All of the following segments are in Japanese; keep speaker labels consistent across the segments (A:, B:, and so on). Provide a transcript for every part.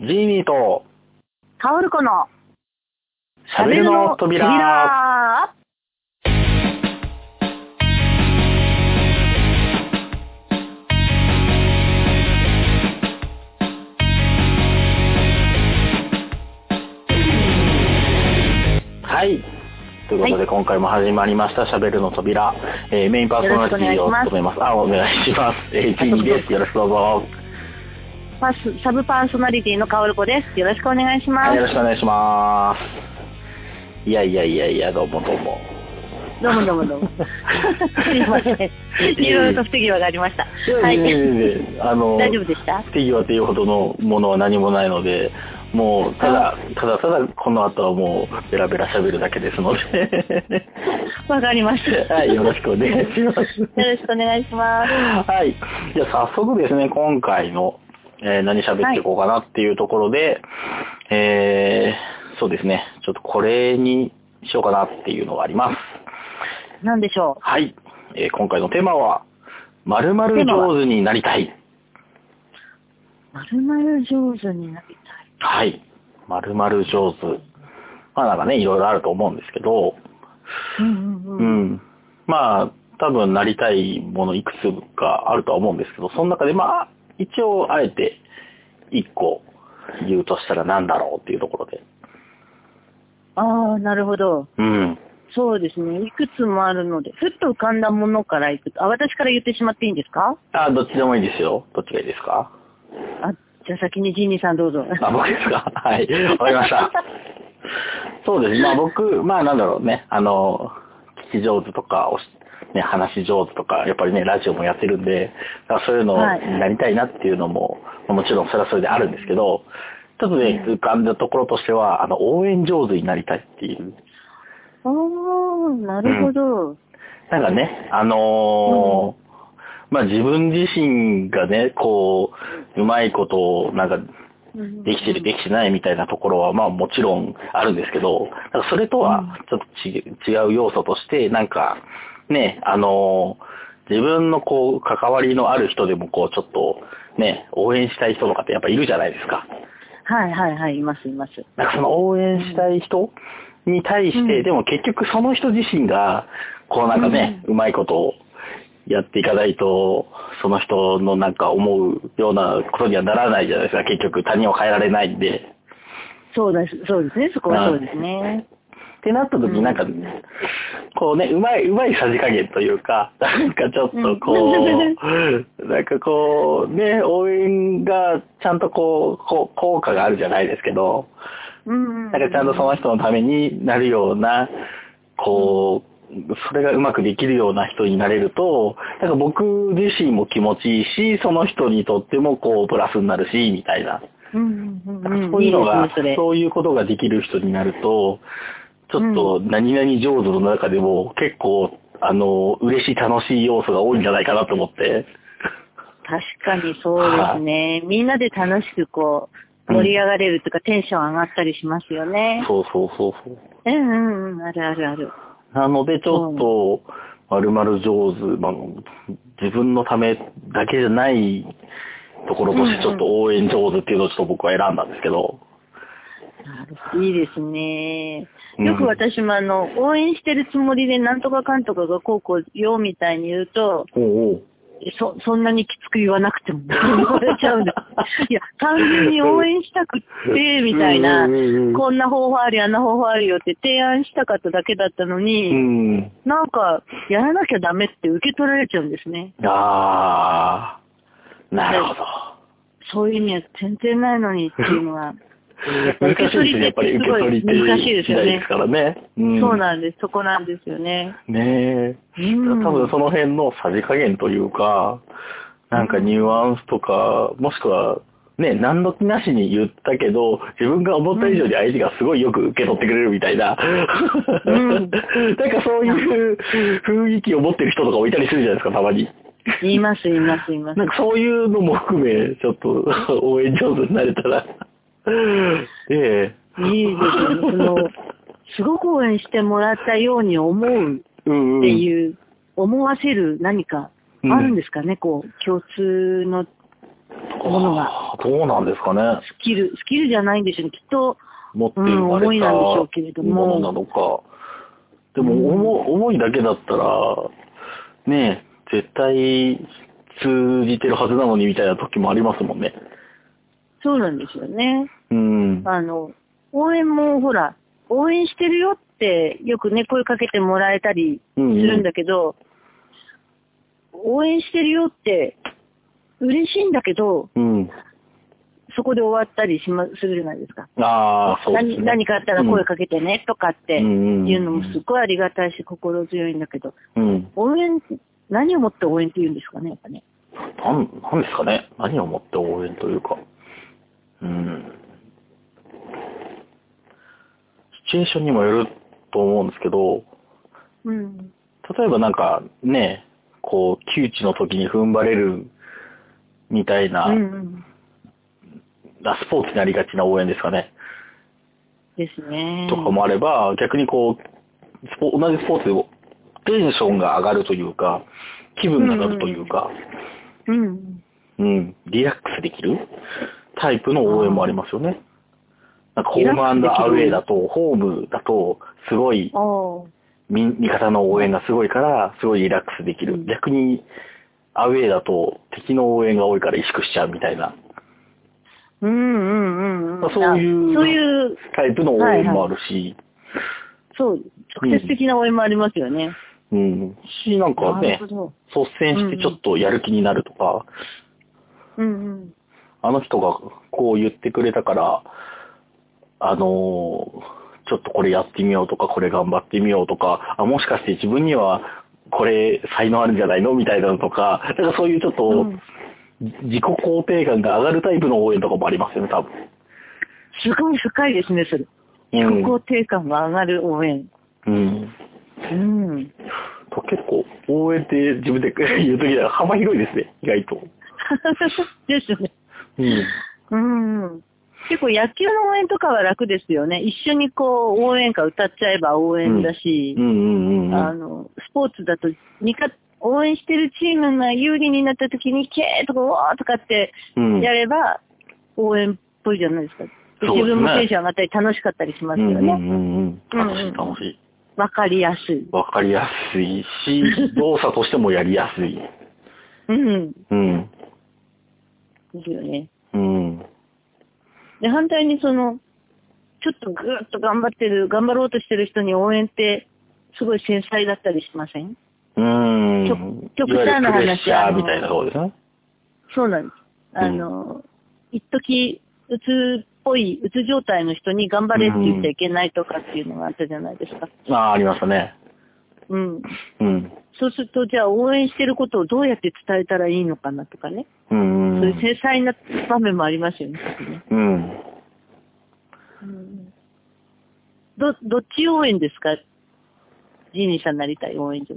A: ジーニーと、
B: カオルコの
A: シャベルの扉。
B: 扉
A: はい。ということで、
B: はい
A: 今回も始まりました、シャベルの扉。えーメインパーソナリティを
B: よろ
A: 務
B: しくお願いします
A: めます。あ、お願いします。えー、ジーニーです。よろしくどうぞ。
B: パスサブパーソナリティのカオルコです。よろしくお願いしま
A: はい、
B: す
A: よ。ろしくお願いします。いやいやいやいや、どうもどうも。
B: どうもどうもどうも。 すいません。いろいろと不手際がありました。はい。
A: いやいやいやいやあの、
B: 大丈夫でした
A: 不手際というほどのものは何もないので、もう、ただ、ただただ、この後はもう、ベラベラ喋るだけですの で。
B: わかりました。
A: はい、よろし
B: よ
A: くお願いします。
B: ろしくお願いします。
A: はい。じゃあ早速ですね、今回の、えー何喋っていこうかなっていうところで、えー、そうですね、ちょっとこれにしようかなっていうのがあります。
B: なんでしょ
A: はい。えー今回のテーマは、〇
B: テ
A: 〇
B: ーマは
A: 上手になりたい。
B: う。まるまる上手になりたい。
A: はい。〇〇上手。まあなんかね、いろいろあると思うんですけど、
B: うんうん
A: う
B: うん。
A: ん。まあ、多分なりたいものいくつかあるとは思うんですけど、その中でまあ、一応あえて一個言うとしたら何だろうっていうところで。
B: ああ、なるほど。
A: うん。
B: そうですね。いくつもあるので、ふっと浮かんだものからいくと。あ、私から言ってしまっていいんですか
A: あ、どっちでもいいですよ。どっちがいいですか
B: あ、じゃあ先にジーニーさんどうぞ。
A: あ、僕ですかはい。わかりました。そうですね。まあ僕、まあなんだろうね。あの、聞き上手とか、おしね、話し上手とか、やっぱりね、ラジオもやってるんで、だからそういうの
B: はい
A: になりたいなっていうのも、まあもちろんそれはそれであるんですけど、ちょっとね、浮かんだところとしては、あの、応援上手になりたいっていう。
B: おー、なるほど。
A: なんかね、あのーまあ自分自身がね、こう、うまいことを、なんか、できてる、できてないみたいなところは、まあもちろんあるんですけど、なんかそれとはちょっとち違う要素として、なんか、ね、あのー自分のこう、関わりのある人でもこう、ちょっと、ね、応援したい人とかってやっぱいるじゃないですか。
B: はいはいはい、いますいます。
A: なんかその応援したい人に対して、
B: うん
A: でも結局その人自身が、こうなんかね、うまいことをやっていかないと、その人のなんか思うようなことにはならないじゃないですか。結局他人を変えられないんで。
B: そうです、そうですね、そこはそうですね。
A: ってなった時
B: うん
A: なんか、こうね、うまい、うまいさじ加減というか、なんかちょっとこ う、なんかこう、ね、応援がちゃんとこう、こう効果があるじゃないですけど、
B: うん。
A: なんかちゃんとその人のためになるような、こう、それがうまくできるような人になれると、なんか僕自身も気持ちいいし、その人にとってもこう、プラスになるし、みたいな。
B: うんうんうんうん。
A: そういうのが、
B: ですね、それ。
A: そういうことができる人になると、ちょっと何々上手の中でも結構、あの、嬉しい楽しい要素が多いんじゃないかなと思って。
B: 確かにそうですね。みんなで楽しくこう、盛り上がれるというか、テンション上がったりしますよね。
A: そうそうそうそう。
B: うんうんうん、あるあるある。
A: なのでちょっと、まるまる上手、まあ、自分のためだけじゃないところとしてちょっと応援上手っていうのをちょっと僕は選んだんですけど。
B: なるほどいいですね。
A: うん
B: よく私もあの、応援してるつもりでなんとかかんとかがこうこうよみたいに言うと、
A: おうおう
B: そ、そんなにきつく言わなくても、言われち ゃうんです。いや、単純に応援したくって、みたいな
A: うんうんうん、
B: こんな方法あるよ、あんな方法あるよって提案したかっただけだったの
A: う
B: に、
A: ん。
B: なんか、やらなきゃダメって受け取られちゃうんですね。
A: あー、なるほど。
B: そういう意味は全然ないのにっていうのは、
A: 難しいですね、やっぱり受け取り手
B: すごい難しいです
A: 次
B: よ
A: 第
B: ね
A: ですからね。うん
B: そうなんです、そこなんですよね。
A: ねえ。
B: うん
A: 多分その辺のさじ加減というか、なんかニュアンスとか、もしくは、ね、何の気なしに言ったけど、自分が思った以上に相手がすごいよく受け取ってくれるみたいな。
B: うん
A: なんかそういう雰囲気を持ってる人とかもいたりするじゃないですか、たまに。
B: 言います、言います、言います
A: な。んかそういうのも含め、ちょっと応援上手になれたら。 ええ。
B: いいですね。その、すごく応援してもらったように思うっ
A: うんうん。
B: ていう、思わせる何かあるんですかね、こう、共通のものが。
A: あーどうなんですかね。
B: スキル、スキルじゃないんでしょうね。きっと、
A: 持って生ま
B: うん思
A: れ
B: い
A: た
B: なんでしょ
A: も
B: うけれども
A: のなのか。でも、重い重いだけだったら、ねえ、絶対通じてるはずなのにみたいな時もありますもんね。
B: そうなんですよね。
A: うん。
B: あの、応援もほら、応援してるよってよくね、声かけてもらえたりするんだけど、応援してるよって嬉しいんだけど、
A: うん。
B: そこで終わったりしま、するじゃないですか。
A: ああ、そうですね。
B: 何何かあったら声かけてねとかって
A: うん
B: いうのもすごいありがたいし心強いんだけど、
A: け、うん。
B: 応援、何をもって応援って言うんですかね、やっぱね。
A: なん、なんですかね。何をもって応援というか。うん。シチュエーションにもよると思うんですけど、
B: うん。
A: 例えばなんかね、こう、窮地の時に踏ん張れるみたいな、
B: うんうん。
A: あスポーツになりがちな応援ですかね、
B: ですね。
A: とかもあれば、逆にこう、スポ同じスポーツでもテンションが上がるというか、気分が上がるというか、
B: うん。
A: うん、リラックスできるタイプの応援もありますよね。なんかホームアンドアウェイだと、ホームだと、すごい
B: ああ。
A: み味方の応援がすごいから、すごいリラックスできる。
B: うん
A: 逆に、アウェーだと敵の応援が多いから萎縮しちゃうみたいな、
B: うんうんうん
A: まあ
B: うん。
A: そういう
B: あそういう、
A: タイプの応援もあるし、
B: そう、直接的な応援もありますよね。
A: うん。し、なんか
B: な
A: ね
B: るほ、ど。
A: 率先してちょっとやる気になるとか、
B: うんうん。
A: あの人がこう言ってくれたから、あのーちょっとこれやってみようとか、これ頑張ってみようとか、あ、もしかして自分にはこれ才能あるんじゃないのみたいなのとか、だからそういうちょっと、
B: うん
A: 自己肯定感が上がるタイプの応援とかもありますよね、多分。
B: すごい深いですね、それ。
A: う
B: 自
A: ん
B: 己肯定感が上がる応援。
A: うん。
B: うん。
A: と結構、応援って自分で言うときだから幅広いですね、意外と。
B: ですね。
A: うん。
B: うんうん。結構野球の応援とかは楽ですよね。一緒にこう、応援歌歌っちゃえば応援だし
A: う、んうんうん
B: あ
A: うん。
B: の、スポーツだと、味方、応援してるチームが有利になった時に、けーとか、わーとかって
A: うん
B: やれば、応援っぽいじゃないですか。で
A: そうですね
B: 自分もテンション上がったり楽しかったりします
A: う
B: よ
A: んうんう
B: ね。
A: んうん。
B: うん
A: 楽しい楽しい。
B: わかりやすい。
A: わかりやすいし、動作としてもやりやすい。
B: うん。
A: うん。
B: ですよね。
A: うん。
B: で、反対にその、ちょっとぐーっと頑張ってる、頑張ろうとしてる人に応援って、すごい繊細だったりしません
A: うん。
B: 極
A: いわゆる
B: 端な話
A: プレッシャ
B: あ
A: ー
B: の
A: みたいなそうですね。
B: そうなんです。あの、一時、うつっぽい、うつ状態の人に頑張れって言っちゃいけないとかっていうのがあったじゃないですか。
A: ああ、ありましたね。
B: うん。
A: うん。
B: そうすると、じゃあ応援してることをどうやって伝えたらいいのかなとかね。
A: うん
B: そううんいう繊細な場面もありますよね。
A: うん。うん。
B: ど、どっち応援ですかジーニーさんなりたい応援 所。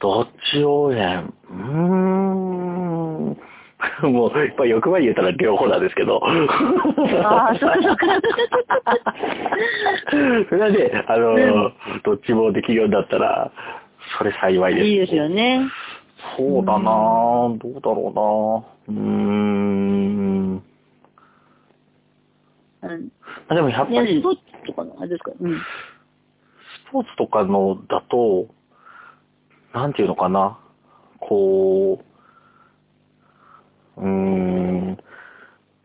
A: どっち応援うーん。 もう、まあ、欲張り言ったら両方なんですけど。
B: ああ、そっかそっか。
A: それはね、あの、
B: うん
A: どっちもできるようになったら、それ幸いです。
B: いいですよね。
A: そうだなぁ、どうだろうなぁ。うーん。
B: うん。
A: あでもやっぱ
B: ね、
A: り
B: スポ、ーツとかの、あれですかうん。
A: スポーツとかのだと、なんていうのかな。こう、うーん、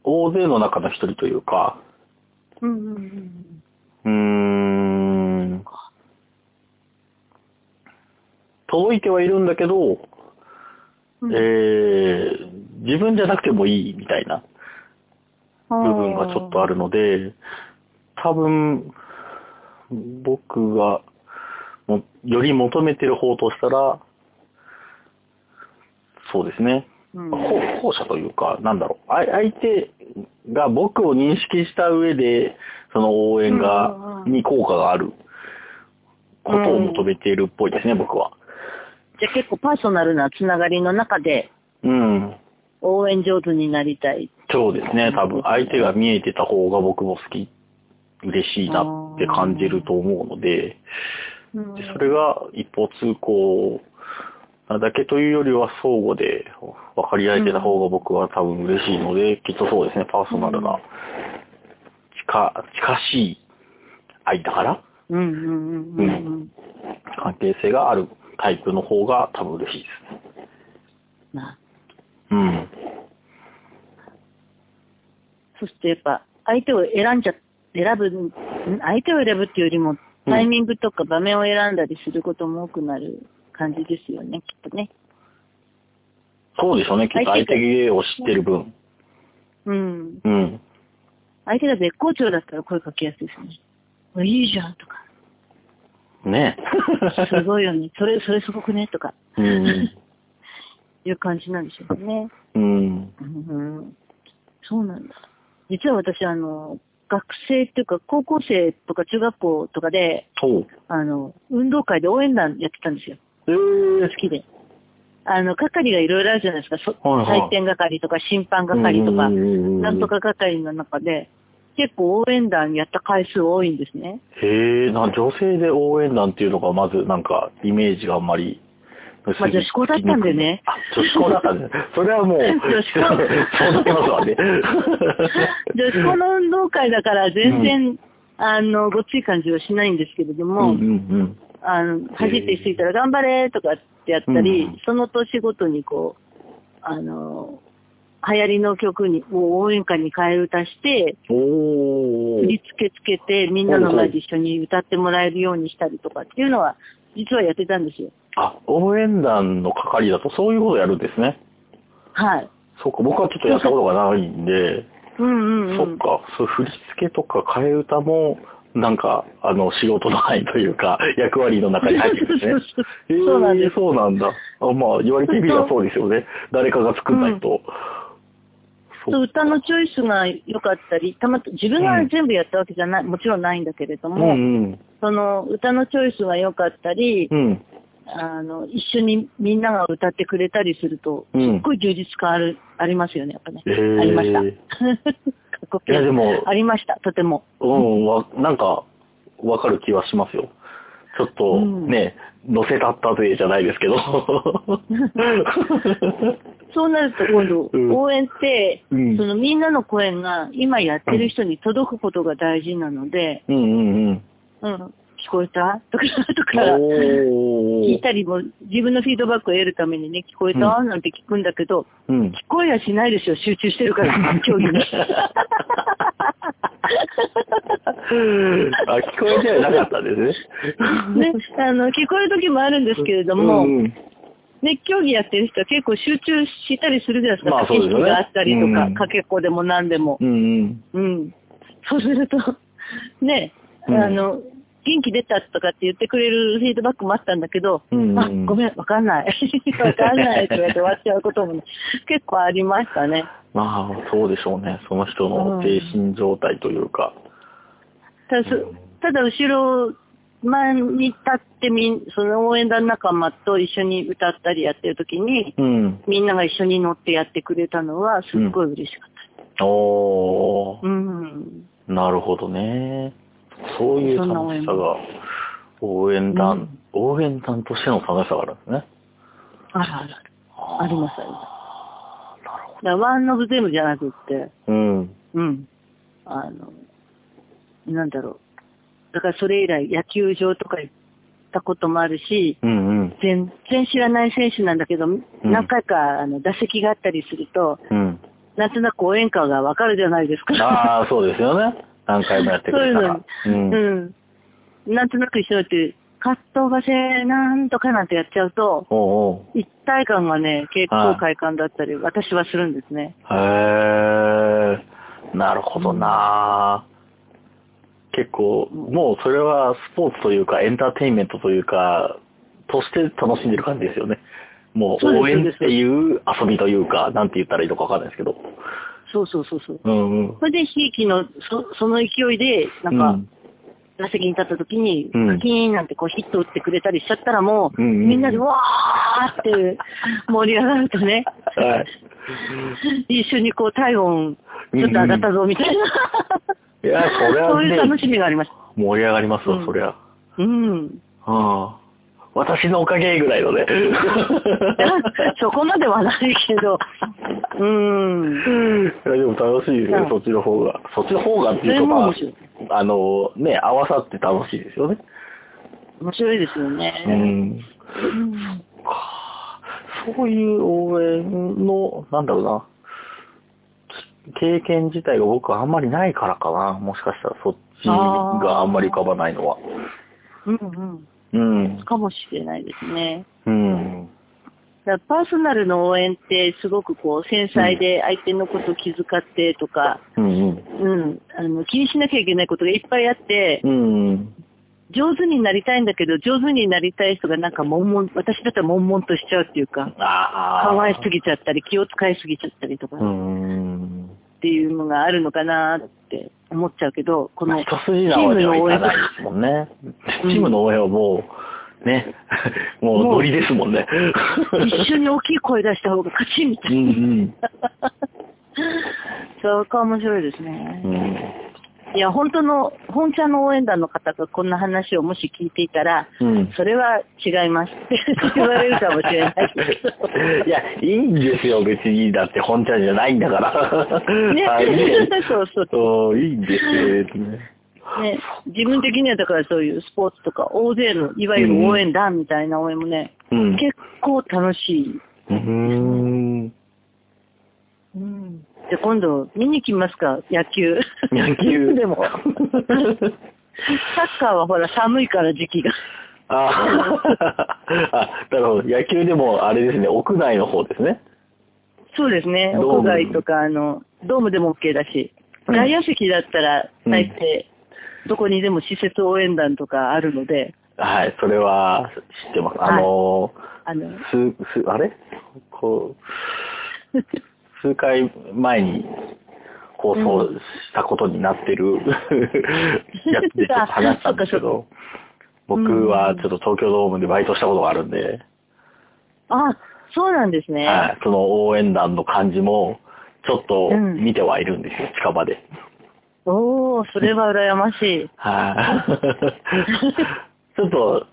A: 大勢の中の一人というか、
B: うんうんうん。
A: うーん、届いてはいるんだけど、
B: う
A: え
B: ん
A: ー、自分じゃなくてもいいみたいな
B: 部
A: 部分がちょっとあるので、多分、僕がもより求めてる方としたら、そうですね。
B: うん
A: 後後者というか、なんだろう、あ相手が僕を認識した上で、その応援
B: うん
A: が
B: う、んうん
A: に効果があることを求めているっぽいですね、僕は。
B: じゃあ結構パーソナルなつながりの中で
A: うん。
B: 応援上手になりたい。
A: そうですね、多分相手が見えてた方が僕も好き、嬉しいなって感じると思うので、でそれが一方通行だけというよりは相互で分かり合えてた方が僕は多分嬉しいので、きっとそうですね、パーソナルな、近、近しい愛だから、
B: うんうんうんうん。うん、
A: 関係性があるタイプの方が多分嬉しいですね。
B: まあ、
A: うん。
B: そうするとやっぱ、相手を選んじゃ、選ぶ、ん相手を選ぶっていうよりも、タイミングとか場面を選んだりすることも多くなる感じですよね、きっとね。
A: そうでしょうね、きっと相
B: 相手
A: 手を知ってる分。
B: うん。
A: うん。
B: 相手が絶好調だったら声かけやすいですね。これいいじゃんと か。
A: ね
B: すごいよね。それ、それすごくねとか。
A: うん。
B: いう感じなんでしょうね。
A: うん。
B: うん、そうなんだ。実は私、あの、学生っていうか、高校生とか中学校とかで、
A: そう。
B: あの、運動会で応援団やってたんですよ。
A: えー
B: 好、きで。あの、係がいろいろあるじゃないですか。そ
A: はいはい
B: 採点係とか審判係とか、
A: うんうんうんうん
B: なんとか係の中で、結構応援団やった回数多いんですね。
A: へえ、な、女性で応援団っていうのが、まず、なんか、イメージがあんまり。
B: まあ女子校だったんでね
A: あ、女子校だ ったんで。それはもう、
B: 女子校
A: そうなりますわね。
B: 女子校の運動会だから全然、あの、ごっつい感じはしないんですけれど
A: うん
B: も、
A: うん
B: あの、走ってついたら頑張れとかってやったり、
A: うん
B: その年ごとにこう、あの、流行りの曲に、を応援歌に替え歌して、
A: うん。お
B: 振
A: ー
B: り。付けつけて、みんなの前で一緒に歌ってもらえるようにしたりとかっていうのは、実はやってたんですよ。
A: あ、応援団の係だとそういうことやるんですね。
B: はい。
A: そっか、僕はちょっとやったことがないんで、
B: うんうんう
A: そっ
B: ん。。
A: か、そう振り付けとか替え歌も、なんか、あの、仕事の範囲というか、役割の中に入ってるんですね
B: そうなんです
A: えーそうなんだ。あまあ、言われてみればそうですよね。誰かが作んないと。
B: そう歌のチョイスが良かったり、たまた自分が全部やったわけじゃない、もちろんないんだけれど
A: う
B: も、
A: ん
B: その歌のチョイスが良かったり、
A: うん。うん。
B: あの、一緒にみんなが歌ってくれたりすると、
A: う
B: すっ
A: ん。
B: ごい充実感ある、ありますよね、やっぱね。
A: へー
B: ありました。過去形
A: いやでも
B: ありました、とても。
A: うん、わ、なんか、わかる気はしますよ。ちょっと、
B: うん
A: ね、乗せたったぜじゃないですけど。
B: そうなると今度、
A: うん
B: 応援って、
A: うん
B: そのみんなの声が今やってる人に届くことが大事なので、
A: うんうんうん。
B: うん、聞こえたとか、とか、
A: お
B: 聞い
A: ー。
B: たりも、自分のフィードバックを得るためにね、聞こえた、
A: う
B: なんて聞くんだけど、
A: うん
B: 聞。こえやしないですよ、集中して るから、競技に。
A: あ、聞こえてはなかったんですね。
B: ね、あの、聞こえる時もあるんですけれども、
A: うんうん
B: ね、競技やってる人は結構集中したりするじゃないですか。
A: まあそうですよね
B: 駆け引きがあったりとか、
A: うん
B: かけっこでも何でも。
A: うんうん。
B: うん。そうすると、 ね、
A: うん
B: あの、元気出たとかって言ってくれるフィードバックもあったんだけど、
A: うん
B: あ、ごめん、わかんない。 わかんないって言われて終わっちゃうこ とも、結構ありましたね。
A: まあ、そうでしょうね。その人の精神状態というか。
B: ただ、そただ後ろ、前に立ってみん、その応援団仲間と一緒に歌ったりやってる時に、
A: うん。
B: みんなが一緒に乗ってやってくれたのは、すっごい嬉しかった。
A: おー。
B: うん。
A: なるほどね。そういう楽しさが、応援団、応援団としての楽しさがあるんですね。
B: あるあるある。ありますあります。
A: あーなるほ
B: だからワンオブゼムじゃなくって、
A: ど。うん。
B: うん。あの、なんだろう。だからそれ以来野球場とか行ったこともあるし、
A: うんうん。
B: 全然知らない選手なんだけど、何回かあの打席があったりすると、
A: うん。
B: なんとなく応援歌がわかるじゃないですか。
A: ああ、そうですよね。何回もやってく
B: そうい
A: れ
B: う
A: た
B: の
A: ら
B: に。。うん。なんとなく一緒にやって、カットバセなんとかなんてやっちゃうと、
A: おうおう。
B: 一体感がね、結構快感だったり、私はするんですね。
A: へえ、なるほどな、結構、もうそれはスポーツというかエンターテインメントというか、として楽しんでる感じですよね。もう
B: そうです
A: 応援っていう遊びというか、なんて言ったらいいのかわかんないですけど。
B: そうそうそうそう。
A: うんうん。
B: それで、ひいきの、そその勢いで、なん
A: う
B: か、
A: ん
B: 打席に立った時に、
A: うん
B: カキーンなんてこうヒット打ってくれたりしちゃったらもう、
A: うんうんうん
B: みんなでわーって盛り上がるとね、
A: はい。
B: 一緒にこう体温、ちょっと上がったぞみたい
A: いや、それ
B: な、
A: は
B: そういう楽
A: ね、
B: しみがありまし
A: 盛り上がりますわ、
B: うん
A: そりゃ。
B: た。うん。
A: ああ。私のおかげぐらいのね。
B: そこまではないけど、う
A: い
B: ん。
A: やでも楽しいですね、
B: うん
A: そっちの方が。そっちの方がっていう
B: そ
A: か、
B: れも
A: ま
B: 面白い
A: あ、あの、ね、合わさって楽しいですよね。
B: 面白いですよ
A: う
B: ね。
A: ん。
B: うん
A: そういう応援の、なんだろうな、き経験自体が僕はあんまりないからかな。もしかしたらそっちがあんまり浮かばないのは。
B: うん
A: うん
B: うん。。かもしれないですね。
A: うん。
B: だからパーソナルの応援ってすごくこう繊細で相手のこと気遣ってとか、
A: うんうん。
B: うん、あの気にしなきゃいけないことがいっぱいあって、
A: うんうん。
B: 上手になりたいんだけど、上手になりたい人がなんか悶々、私だったら悶々としちゃうっていうか、
A: ああ。
B: 可愛すぎちゃったり、気を使いすぎちゃったりとか
A: うー
B: っ
A: ん。
B: ていうのがあるのかなって思っちゃうけど、こ のチ
A: 一筋縄で
B: ーム
A: は
B: の
A: い
B: 応
A: か
B: 援と
A: な
B: か
A: いですもんね。
B: うん
A: チームの応援はもう、ね、もうノリですもんね。
B: 一緒に大きい声出した方が勝ちみたいうな。
A: ん
B: そうか面白いです
A: う
B: ね。
A: ん。
B: いや、本当の、本ちゃんの応援団の方がこんな話をもし聞いていたら、
A: うん。うん。
B: それは違います って言われるかもしれないけど。
A: いや、いいんですよ、別に。だって本ちゃんじゃないんだから。
B: ね
A: はいね
B: そうそう
A: そう、いいんですよ、別にね。
B: ね、自分的にはだからそういうスポーツとか大勢の、いわゆる応援団みたいな応援もね、
A: うん。
B: 結構楽しい。
A: うーん。
B: で、今度見に来ますか、野球。
A: 野 球。
B: でも、サッカーはほら寒いから時期が。
A: あーあ、なるほど。野球でも、あれですね、屋内の方ですね。
B: そうですね、
A: ドーム
B: 屋外とか、あの、ドームでも OK だし、
A: うん
B: 外野席だったら
A: うん
B: 大抵、どこにでも施設応援団とかあるので、
A: はい、それは知ってます。あのー
B: あの、
A: 数、数、あれこう、数回前に放送したことになってるやつでちょっと話したんですけ ど、僕はちょっと東京ドームでバイトしたことがあるんで、
B: あ、そうなんですね。
A: はい、その応援団の感じも、ちょっと見てはいるんですよ、近場で。
B: おー、それは羨ましい。
A: はい。ちょっと、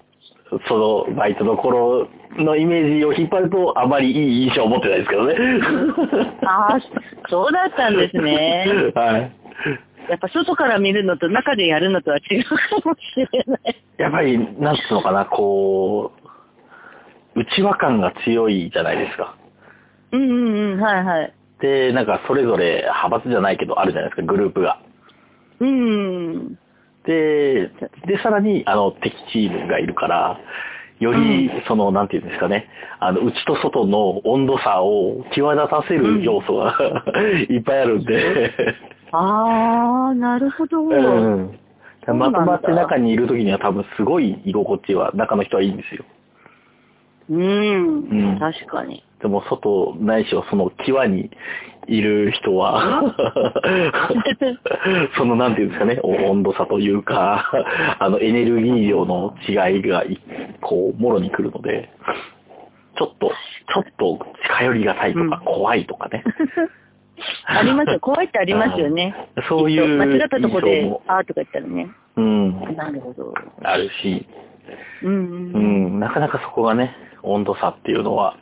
A: そのバイトの頃のイメージを引っ張ると、あまりいい印象を持ってないですけど ね。
B: ああ、そうだったんですね。
A: はい。
B: やっぱ外から見るのと中でやるのとは違うかもしれない。
A: やっぱり、なんつうのかな、こう、内輪感が強いじゃないですか。
B: うんうんうん、はいはい。
A: で、なんかそれぞれ派閥じゃないけどあるじゃないですか、グループが。
B: うん。
A: で、で、さらに、あの、敵チームがいるから、より、その、なんていうんですかね、あの、内と外の温度差を際立たせる要素が、 いっぱいあるんで、
B: ああ、なるほど。
A: うん。
B: そうな
A: ま
B: んだ
A: とまって中にいるときには多分すごい居心地は、中の人はいいんですよ。
B: うん、
A: うん
B: 確かに。
A: でも外ないしはその際にいる人 は、そのなんていうんですかね、お温度差というか、あのエネルギー量の違いがい、こう、もろに来るので、ちょっと、ちょっと近寄りがたいと
B: うん
A: か怖いとか ね。
B: ありますよ。怖いってありますよね。
A: そういう
B: きっと間違ったとこ
A: 印象
B: で
A: も、
B: ああとか言ったらね。
A: うん、
B: なるほど。
A: あるし、
B: うん
A: う
B: うん。
A: ん、なかなかそこがね、温度差っていうのは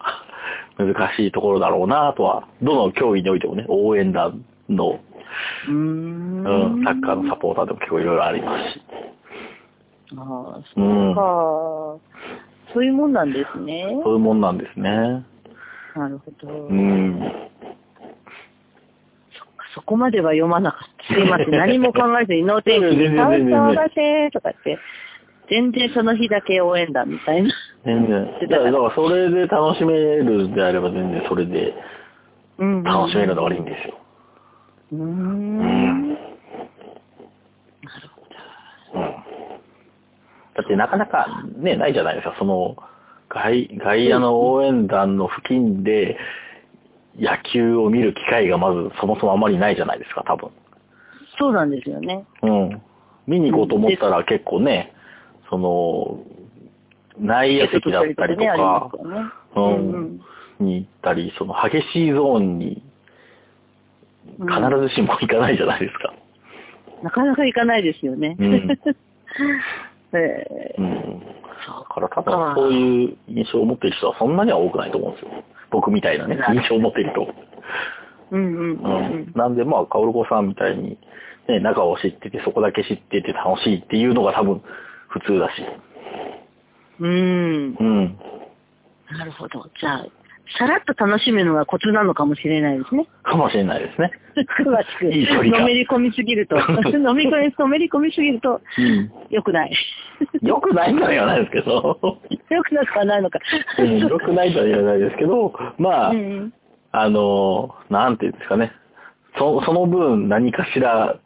A: 難しいところだろうなとは、どの競技においてもね、応援団の
B: うーん。
A: うん、サッカーのサポーターでも結構いろいろありますし。。
B: ああ、そううんか
A: そ。
B: そういうもんなんですね。
A: ういうもんなんですね。
B: なるほど
A: う。ん。
B: そこまでは読まなかった。すいません。何も考え ずに、脳天気に、サウサウだけとかって、全然その日だけ応援団みたいな。
A: 全然。だから、だからそれで楽しめるんであれば全然それで
B: うん
A: 楽しめるのがいいんですよ。
B: うー。
A: うんん。うんだってなかなかね、ないじゃないですか。その、外、外野の応援団の付近で野球を見る機会がまずそもそもあまりないじゃないですか、多分。
B: そうなんですよね。
A: うん。見に行こうと思ったら結構ね、その、内野席だったりと
B: ねありま
A: か
B: す、よね。
A: う
B: うん
A: ん、に行ったり、その激しいゾーンに
B: う
A: 必
B: ん
A: ずしも行かないじゃないですか。
B: なかなか行かないですよね。
A: うん
B: え
A: うん。だから多分そういう印象を持っている人はそんなには多くないと思うんですよ。僕みたいなね、印象を持っていると。
B: ーうんうん
A: う
B: うんん。
A: なんでまあ、カオルコさんみたいに、ね、中を知ってて、そこだけ知ってて楽しいっていうのが多分普通だし。
B: うん。
A: うん。
B: なるほど。じゃあ、さらっと楽しむのがコツなのかもしれない ですね。
A: かもしれないですね。
B: 詳しく。
A: いい距離感
B: のめり込みす ぎると。のめり込み、のめり込みすぎると、良くない。
A: 良くないとは言わないですけ ど、
B: 良くなくはないのか。
A: うん良くないとは言わないですけど、まあ、
B: うん
A: あの、なんていうんですかね。そその分何かしら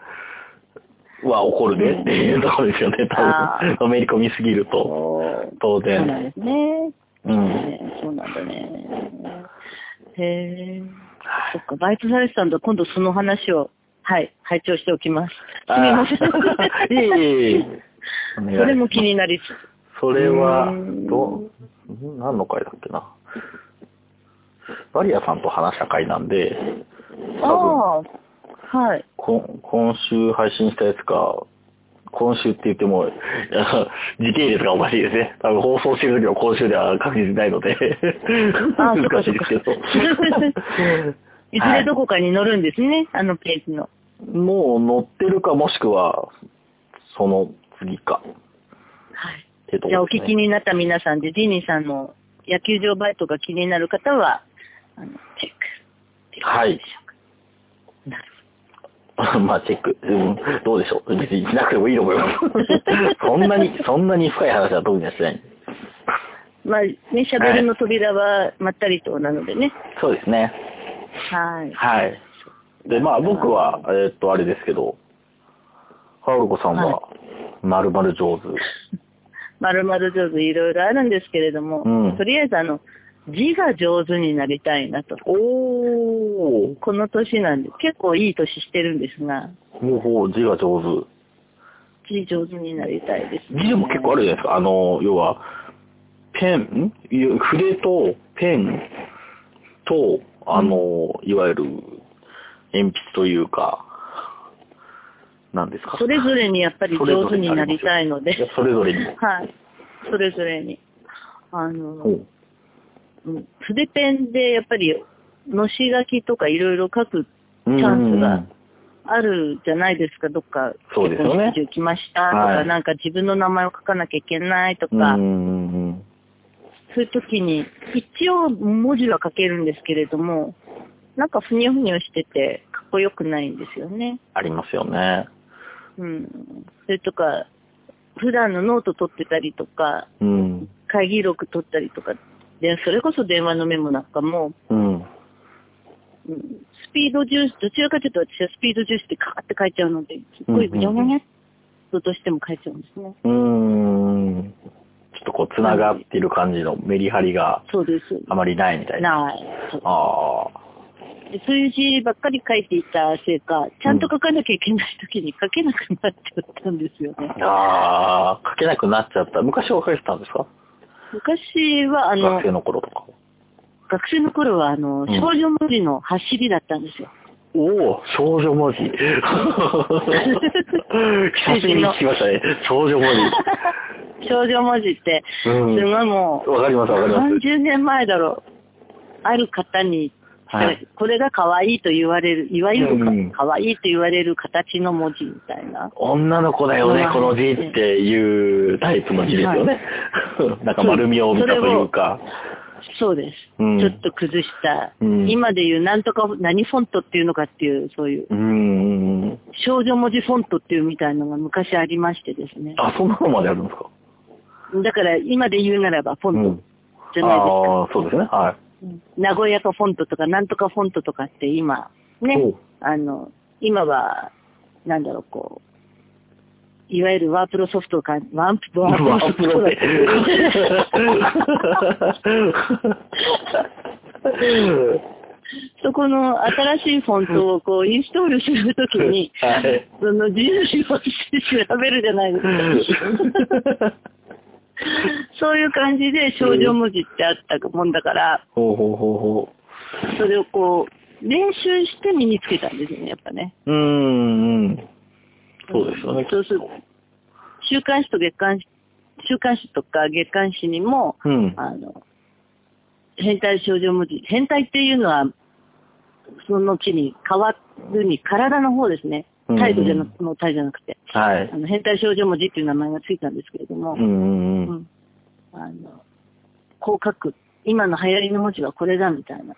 A: は起こるねっていうところですよね、
B: あ
A: 多分。のめり込みすぎる
B: うん。
A: と。
B: おー
A: 当
B: そうなん
A: 然。
B: ですね。
A: うん。
B: ねそうなんだね。へえ。そっか、バイトされてたんだ。今度その話を、はい、拝聴しておきます。すみません。
A: あー いえいえいえ。お願いし
B: そ
A: ます
B: れも気になりつつ。
A: それは
B: うー、ん
A: ど、ん何の回だっけな。バリアさんと話した回なんで、多分
B: ああ、はい。
A: こ今週配信したやつか、今週って言っても、い や時系列がおかしいですね。多分放送してる時は今週では確実にないので、
B: あーそっ
A: 難
B: か
A: し
B: そ
A: いで
B: っか
A: すけど。
B: いずれどこかに乗るんですね、あのページの。
A: もう乗ってるかもしくは、その次か。
B: はい。
A: ってとこですね
B: じゃあお聞きになった皆さんで、ディーニーさんの野球場バイトが気になる方は、あの、チェック。チェック
A: はい
B: でしょうか。なる
A: まあ、チェック、うん、どうでしょう。別にしなくてもいいと思い ます。そんなに、そんなに深い話は特にはしてない。
B: ほどまあ、ね、喋りの扉はまったりとなのでね。
A: そうですね。
B: はい。
A: はい。で、まあ、僕は、えーっと、あれですけど、ハオルコさんは、まるまる上手。
B: まるまる上手いろいろあるんですけれども、
A: うん
B: とりあえずあの、字が上手になりたいなと。
A: おー。
B: この年なんで、結構いい年してるんですが、
A: ほうほう、字が上手。
B: 字上手になりたいです、
A: 字でも結構あるじゃないですか。あの、要は、ペン、んいや筆とペンと、あの、いわゆる、鉛筆というか、なんですか
B: それぞれにやっぱり
A: それぞ
B: 上手
A: れに
B: になりたいので
A: ありますよい、やそれぞ れに
B: はい。それぞれに。あの
A: ほ、う
B: うん筆ペンでやっぱり、のし書きとかいろいろ書く
A: うん
B: チャンス
A: うんう
B: が
A: ん
B: あるじゃないですか、どっか。
A: そうですよね
B: 結婚式場来ましたとか、
A: はい
B: なんか自分の名前を書かなきゃいけないとか、
A: うんうんうん
B: そういう時に、一応文字は書けるんですけれども、なんかふにゃふにゃしてて、かっこよくないんですよね。
A: ありますよね。
B: うん。それとか、普段のノート取ってたりとか、
A: うん。
B: 会議録取ったりとか、で、それこそ電話のメモなんかも、
A: うん。
B: うんスピード重視、どちらかというと私はスピード重視でカーって書いちゃうので、すっごいぐにゃぐにゃっとどうしても書いちゃうんですね。
A: うん。ちょっとこう、繋がってる感じのメリハリが
B: そうです。
A: あまりないみたいな。
B: ない。そう
A: ああ。
B: で数字ばっかり書いていたせいか、ちゃんと書かなきゃいけない時に書けなくなっちゃったんですよね。
A: ああ、書けなくなっちゃった。昔は書いてたんですか
B: 昔は、あの
A: 学、生の頃とか。
B: 学生の頃は、あの、
A: ん
B: 少女文字の走りだったんですよ。
A: おお、少女文字。 久しぶりに聞きましたね。少女文
B: 少女文字って、
A: 字。う
B: すご
A: ん。
B: いもう、
A: わかりますわかります。
B: 30年前だろう。ある方に、
A: はい
B: これが可愛いと言われる、いわゆ
A: うん
B: るか可愛いと言われる形の文字みたいな。
A: 女の子だよね、この字っていうタイプの字ですよね。 なんか丸みを帯びたというか。
B: そうです。
A: うん
B: ちょっと崩した、
A: うん
B: 今で言うなんとか、何フォントっていうのかっていう、そういう、
A: うんうんうん。
B: 少女文字フォントっていうみたいのが昔ありましてですね。
A: あ、そんなのまであるんですか
B: だから今で言うならばフォ
A: う
B: ン
A: ん
B: ト。じゃないですか。
A: ああ、そうですね。は
B: 名古屋とフォントとかなんとかフォントとかって今、ね
A: おう、
B: あの、今は、なんだろう、こう、いわゆるワープロソフトか、ワンプ、
A: い。
B: ワープロソフト だそこの新しいフォントをこうインストールするときに、
A: はい
B: その自由に押して調べるじゃないですか。そういう感じで少女文字ってあったもんだから、
A: ほうほうほうほ
B: それをこう、練習して身につけたんですよね、やっぱね。
A: う。うーんうん。そうですよね。
B: そうする週刊誌と月刊誌週刊誌とか月刊誌にも、
A: うん。
B: あの、変態少女文字、変態っていうのは、その地に変わるに体の方ですね。
A: うん
B: 態度じゃなく、の態じゃなくて。
A: はい
B: あ。の変態少女文字っていう名前がついたんですけれども、
A: うん。
B: う
A: うん
B: んあの、こう書く。今の流行りの文字はこれだみたいな。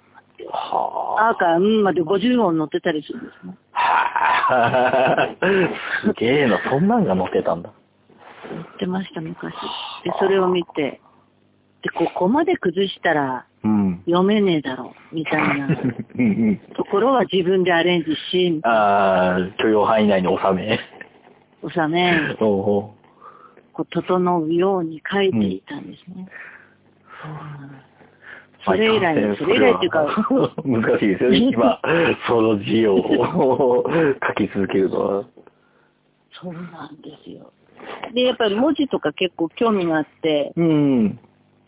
A: は
B: あーからうんまで50音載ってたりするんですね。
A: あ。は あ。すげえな、そんなんが載ってたんだ。
B: 載ってました、昔。で、それを見て、で、ここまで崩したら
A: うん。
B: 読めねえだろ、みたいな
A: うんうん。
B: ところは自分でアレンジし、
A: ああ、許容範囲内に収め。
B: 収め、
A: おうおう
B: こう整うように書いていたんですね。それ以来、それ以来っていうか、
A: 難しい ですよ、今。その字を書き続けるのは。
B: そうなんですよ。で、やっぱり文字とか結構興味があって、
A: うん。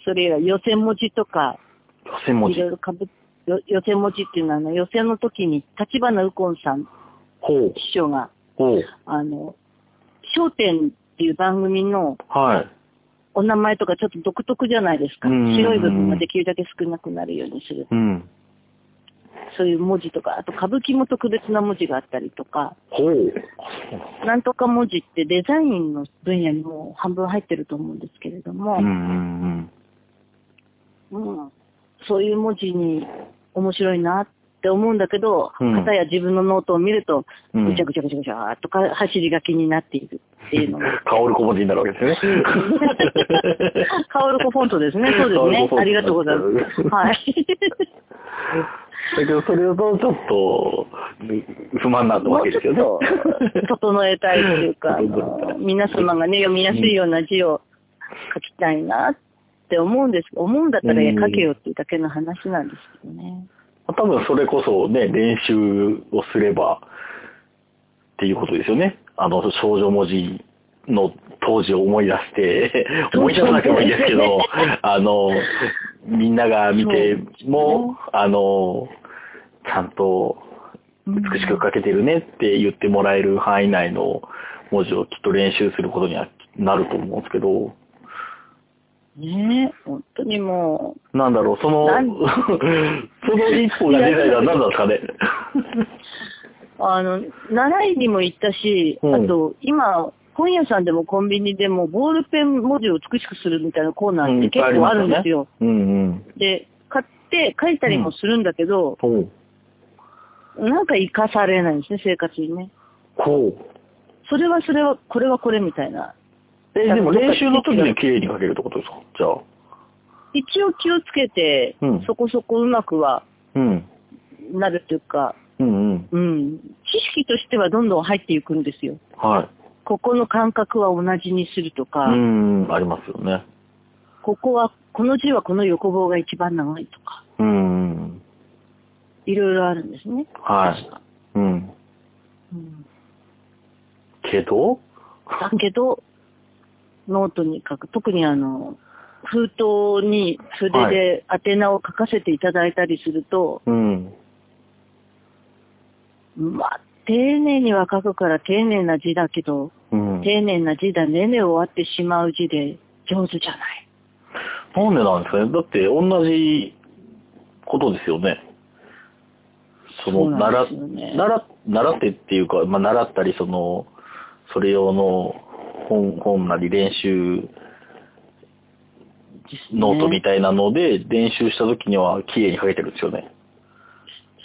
B: それ以来、予選文字とか、
A: 寄せ文
B: い
A: 字
B: ろ。いろかぶ、よ予選文字っていうのは、あの、予選の時に、立花右近さん、
A: ほう。
B: 師匠が、
A: ほう。
B: あの、笑点っていう番組の
A: はい。
B: お名前とかちょっと独特じゃないですか。
A: うん
B: 白い部分ができるだけ少なくなるようにする。
A: うん。
B: そういう文字とか、あと歌舞伎も特別な文字があったりとか、
A: ほう。
B: なんとか文字ってデザインの分野にもう半分入ってると思うんですけれども
A: うんう、ん
B: うんそういう文字に面白いなって思うんだけど、
A: うん
B: 方や自分のノートを見ると、
A: うん
B: ぐちゃぐちゃぐちゃぐちゃーっとか走り書きになっているっ ていうの
A: う
B: が
A: ん。香る小文字になるわけですね。
B: カオルコフォントですね。そうです
A: カオル
B: ね
A: コフォン。ト
B: ありがとうございます。 はい。
A: だけど、それをちょっと、不満なった
B: も
A: わ
B: う
A: け
B: ち
A: ですよね。
B: ょっと整えたいというか、あの皆様がね、読みやすいような字を書きたいなって思うんです。思うんだったらいや
A: うん
B: 書けよっていうだけの話なんですけどね。
A: 多分それこそね、練習をすればっていうことですよね。あの、少女文字の当時を思い出し て、
B: そう
A: 思い出さなくてもいいですけ ど、あの、みんなが見て
B: そうです
A: も、あの、ちゃんと
B: うん
A: 美しく書けてるねって言ってもらえる範囲内の文字をきっと練習することにはなると思うんですけど、
B: ねえ、本当にもう、
A: なんだろ う、その、
B: なん
A: その一歩が出ないのは何なんですかね。
B: あの、習いにも行ったし、
A: うん
B: あと、今、本屋さんでもコンビニでもボールペン文字を美しくするみたいなコーナーって結構あるんですよ。
A: うんうん。
B: で、買って書いたりもするんだけど、
A: ほう。
B: なんか活かされないんですね、生活にね。
A: こう。
B: それはそれは、これはこれみたいな。
A: え、でも
B: なんか
A: 練習の時に綺麗に書けるってことですかじゃあ。
B: 一応気をつけて、
A: うん
B: そこそこうまくは
A: うん。
B: なるっていうか、
A: うんうん。
B: うん。知識としてはどんどん入っていくんですよ。
A: はい。
B: ここの感覚は同じにするとか、
A: うん、ありますよね。
B: ここは、この字はこの横棒が一番長いとか、
A: うん。
B: いろいろあるんですね。
A: はい。うん。
B: うん、
A: けど
B: だけど、ノートに書く。特にあの、封筒に筆で宛名を書かせていただいたりすると、
A: うん。
B: まあ、丁寧には書くから丁寧な字だけど、
A: うん。
B: 丁寧な字だねね終わってしまう字で上手じゃない。
A: なんでなんですかねだって同じことですよね。そ
B: そう
A: の、
B: なん
A: 習
B: ですよね
A: 習っ、習ってっていうか、まあ、習ったり、その、それ用の本、本なり練習
B: ですね
A: ノートみたいなので、練習した時には綺麗に書けてるんですよね。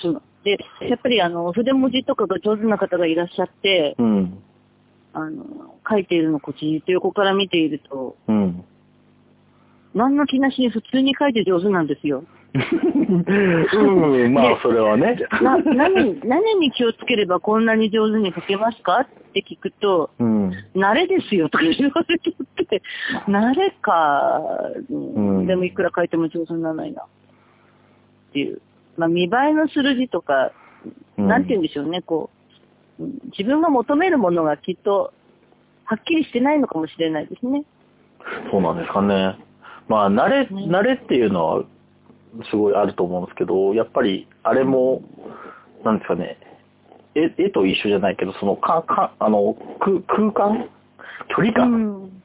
B: そうで、やっぱりあの、筆文字とかが上手な方がいらっしゃって、
A: うん。
B: あの、書いているのをこっちと横から見ていると、
A: うん。
B: 何の気なしに普通に書いて上手なんですよ。
A: うん、まあ、それはね。
B: な、何、何に気をつければこんなに上手に書けますかって聞くと、
A: うん。
B: 慣れですよとか言われちゃって、慣れか、
A: ん
B: でもいくら書いても上手にならないな。っていう。まあ見栄えのする字とか、
A: うん
B: なんて言うんでしょうね、こう、うん自分が求めるものがきっと、はっきりしてないのかもしれないですね。
A: そうなんですかね。まあ、慣れ、
B: ね
A: 慣れっていうのは、すごいあると思うんですけど、やっぱり、あれも、なんですかね、絵絵と一緒じゃないけど、そのか、か、あの、空、空間距離
B: う
A: 感
B: ん。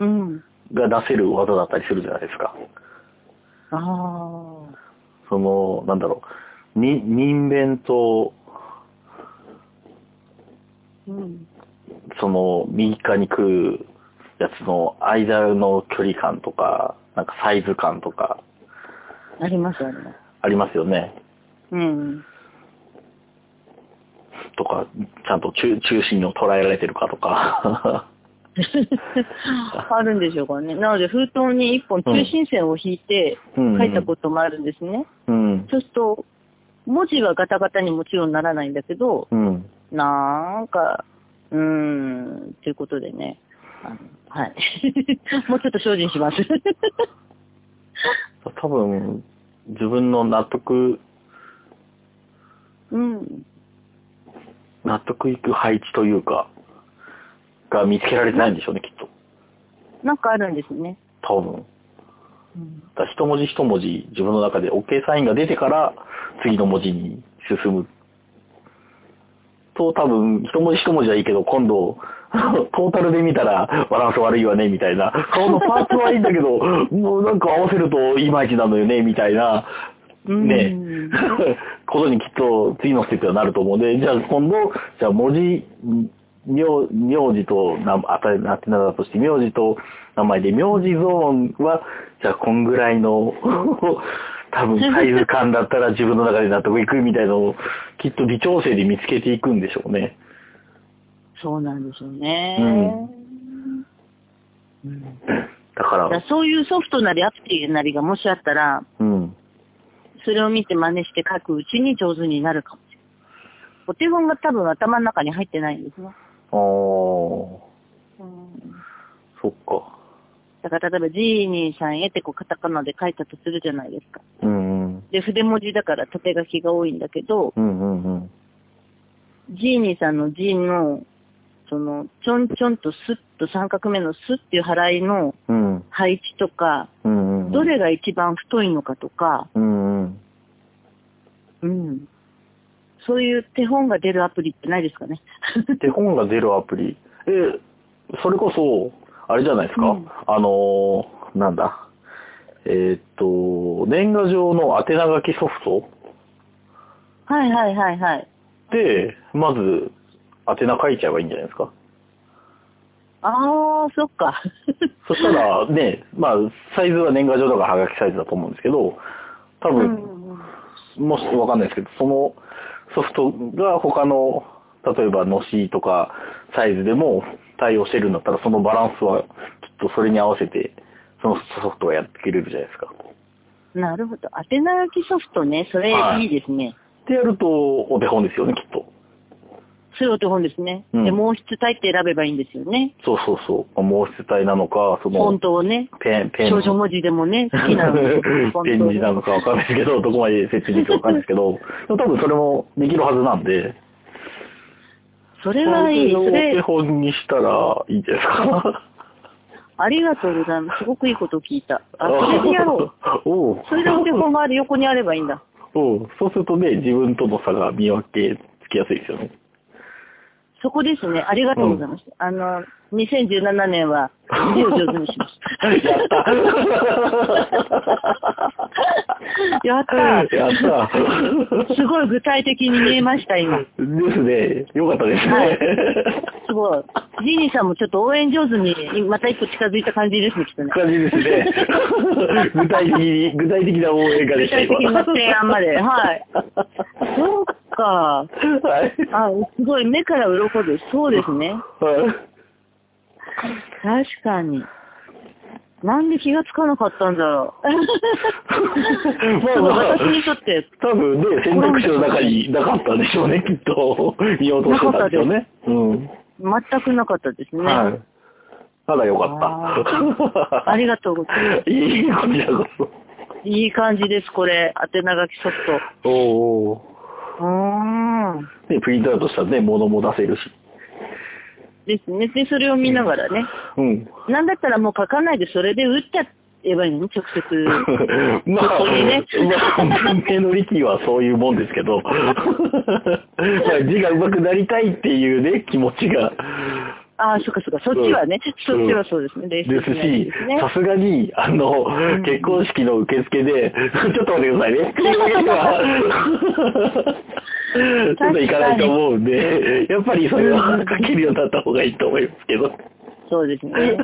B: うん。
A: が出せる技だったりするじゃないですか。
B: ああ。
A: その、なんだろう、に、人弁と、
B: うん。
A: その、右側に来るやつの間の距離感とか、なんかサイズ感とか、
B: あります、あります。
A: ありますよね。
B: うん。
A: とか、ちゃんと中中心を捉えられてるかとか。
B: あるんでしょうかね。なので、封筒に一本中心線を引いて
A: うん
B: 書いたこともあるんですね。
A: うん。
B: そうすると、文字はガタガタにもちろんならないんだけど、
A: うん。
B: なんか、うーん、ということでね。あのはい。 もうちょっと精進します。
A: 多分、自分の納得、
B: うん。
A: 納得いく配置というか、が見つけられてないんでしょうね、きっと。
B: なんかあるんですね。
A: 多分。
B: うん
A: だから一文字一文字、自分の中で OK サインが出てから、次の文字に進む。と、多分、一文字一文字はいいけど、今度、 トータルで見たらバランス悪いわね、みたいな。顔のパーツはいいんだけど、もうなんか合わせるといまいちなのよね、みたいな。ね
B: う
A: ことにきっと次のステップはなると思うんで、じゃあ今度、じゃあ文字、ん名名字と、な、あたり、あてなだとして、名字と名前で、名字ゾーンは、じゃあこんぐらいの、多分サイズ感だったら自分の中で納得いくみたいなのを、きっと微調整で見つけていくんでしょうね。
B: そうなんですよね。うん
A: だか
B: だから
A: ら、
B: そういうソフトなりアプリなりがもしあったら、
A: うん。
B: それを見て真似して書くうちに上手になるかもしれない。お手本が多分頭の中に入ってないんです
A: あ
B: ね。
A: あ、そ
B: うん
A: っか。
B: だから例えば、ジーニーさんへってこうカタカナで書いたとするじゃないですか。
A: うんうん。
B: で、筆文字だから縦書きが多いんだけど、
A: うんうんうん。
B: ジーニーさんのジーの、その、ちょんちょんとスッと三角目のスッっていう払いの
A: うん。
B: 配置とか、
A: うんうん。
B: どれが一番太いのかとか、
A: うんうん。
B: うん。そういう手本が出るアプリってないですかね。
A: 手本が出るアプリ。え、それこそ、あれじゃないですか、
B: うん
A: あのーなんだ。えーっと、年賀状の宛名書きソフト
B: はいはいはいはい。
A: で、まず、宛名書いちゃえばいいんじゃないですか
B: あー、そっか。
A: そしたら、ね、まあ、サイズは年賀状だからはがきサイズだと思うんですけど、多
B: う
A: 分、
B: んうん
A: もしわかんないですけど、そのソフトが他の、例えば、のしとか、サイズでも対応してるんだったら、そのバランスは、きっとそれに合わせて、そのソフトがやってくれるじゃないですか。
B: なるほど。宛名書きソフトね、それ
A: はい
B: いいですね。
A: ってやると、お手本ですよね、きっと。
B: それお手本ですね。
A: うん
B: で、毛筆体って選べばいいんですよね。
A: そうそうそう。まあ毛筆体なのか、そ
B: フォ
A: の
B: ン、トをね、
A: ペン、ペン
B: 少
A: の、
B: 女文字でもね、好きなフ ォ
A: ペ
B: ン
A: ン
B: ト
A: 字なのかわかんないですけど、どこまで設置できるかわかんないですけど、でも多分それもできるはずなんで、
B: それはいい。
A: そ
B: そ
A: の手
B: れ、
A: をお手本にしたらいいんじゃないですか。
B: ありがとうございます。すごくいいこと聞いた。あ、それでやろう。
A: う。おう
B: それでお手本がある横にあればいいんだ。
A: おうそうするとね、自分との差が見分けつきやすいですよね。
B: そこですね。ありがとうございます。あの、2017年は、字を上手にします。
A: やった
B: やった
A: やった
B: すごい具体的に見えました、今。
A: ですね。よかったですね。
B: はいすごい。ジーニーさんもちょっと応援上手に、また一歩近づいた感じですね、きっとね。
A: 感じですね。具体的に、具体的な応援がで
B: 具
A: した、
B: 体
A: 今。
B: 的な提案 まで。はい。そうか。
A: はい。
B: あ、すごい、目から鱗です。そうですね。
A: はい
B: 確かに。なんで気がつかなかったんだろ う。
A: まあ
B: すごい
A: まあ
B: 私にとって、
A: 多分ね、選択肢の中になかったんでしょうね、きっと。見落としてたんでしょうね。うん。
B: 全くなかったですね。
A: はい。ただよかった。
B: ありがとうございま
A: いい、こちらこ
B: す。いい感じです、これ。宛名書きソフ
A: そ。おお。
B: ト。うーん。
A: で、プリントアウトしたらね、物も出せるし。
B: ですね。で、それを見ながらね。
A: うん。
B: なんだったらもう書かないで、それで打っちゃえばいいのに、直接。
A: まあ、
B: そこにね
A: まあ、文明の力はそういうもんですけ ど、まあ字が上手くなりたいっていうね、気持ちが、
B: ああ、そっかそっか、そっちはね、
A: う
B: そ
A: ん
B: っちはそうですね、レース
A: です
B: になり
A: し
B: ますね、
A: さすがに、あの、結婚式の受付で、 ちょっと待ってくださ いね。今月は、ちょっと行かないと思うんで、やっぱりそれはかけるようになった方がいいと思いますけど。は
B: そうですね。
A: い。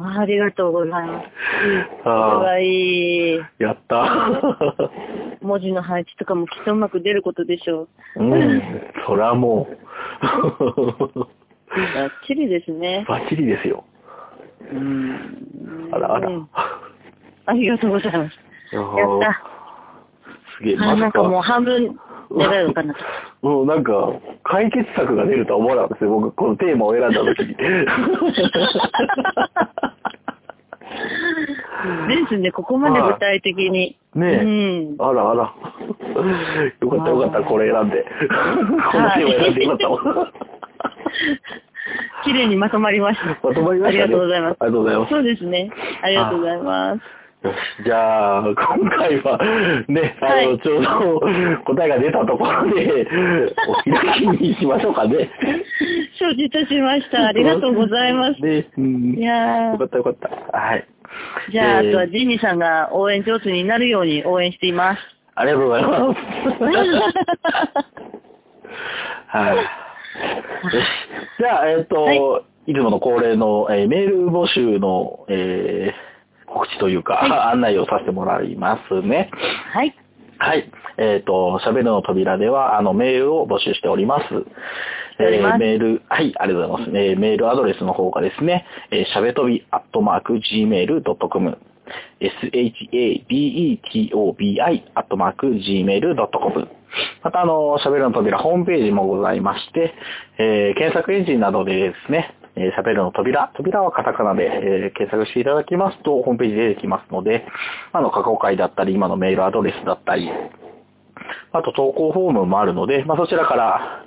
B: ありがとうございます。か
A: あ
B: わいい。
A: ーや った。
B: 文字の配置とかもきっとうまく出ることでしょう。
A: うん、そらもう、
B: ばっちりですね。
A: バッチリですよ。あらあら。
B: うんありがとうございます。
A: や
B: やった。
A: すげえ、
B: あ
A: ま
B: な
A: さ
B: んかもう
A: か、
B: 半分長いのかなと。
A: もうなんか、解決策が出るとは思わなかったですよ、僕、このテーマを選んだ 時に。
B: ですね、ここまで具体的に。
A: ねえ
B: うん。
A: あらあら。よかったよかった、これ選んで。このテーマ選んでよかったわ。
B: 綺麗にまとまりました。
A: まとまりましたね
B: ありがとうございます。
A: ありがとうございます
B: そうですね。ありがとうございます。
A: よし、じゃあ、今回は、ね、あの、
B: はい
A: ちょうど答えが出たところで、お開きにしましょうかね。
B: 承知いたしました。ありがとうございます。
A: ね、うん
B: いや
A: よか
B: ー
A: ったよかった。はい。
B: じゃあ、あ
A: えー
B: とはジンニさんが応援上手になるように応援してい ます。
A: ありがとうございます。 はい。よし。 じゃあ、えっ、と、、
B: はい
A: つもの恒例の、えーメール募集の、えー告知というか、
B: はい
A: 案内をさせてもらいますね。
B: はい。
A: はい。えっ、と、喋るの扉では、あの、メールを募集しております。
B: ております
A: えーメール、はい、ありがとうございます。えーメールアドレスの方がですね、えー、しゃべとび、アットマーク、gmail.com、shabetobi、アットマーク、gmail.com。また、あの、喋るの扉ホームページもございまして、えー検索エンジンなどでですね、えー喋るの扉、扉はカタカナで、えー検索していただきますと、ホームページ出てきますので、あの、過去回だったり、今のメールアドレスだったり、あと投稿フォームもあるので、まあ、そちらから、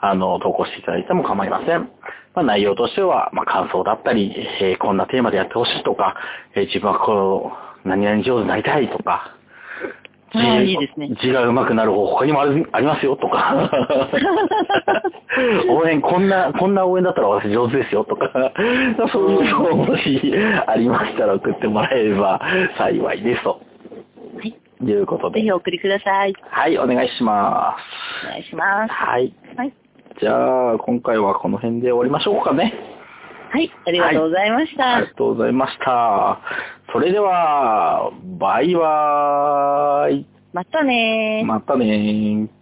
A: あの、投稿していただいても構いません。まあ、内容としては、まあ、感想だったり、えーこんなテーマでやってほしいとか、えー自分はこう、何々上手になりたいとか、
B: ああ、いいですね。
A: 字が上手くなる方法他にもあるありますよと か、応援、こんな、こんな応援だったら私上手ですよとか、そういうのもしありましたら送ってもらえれば幸いですと
B: はい。
A: いうこと
B: ぜ
A: で
B: ひ。お送りください。
A: はい、お願いしま
B: お願いします
A: す。。はい。
B: はい。
A: じゃあ、今回はこの辺で終わりましょうかね。
B: はい。ありがとうございました。
A: ありがとうございました。それでは、バイバーイ。
B: またねー。
A: またねー。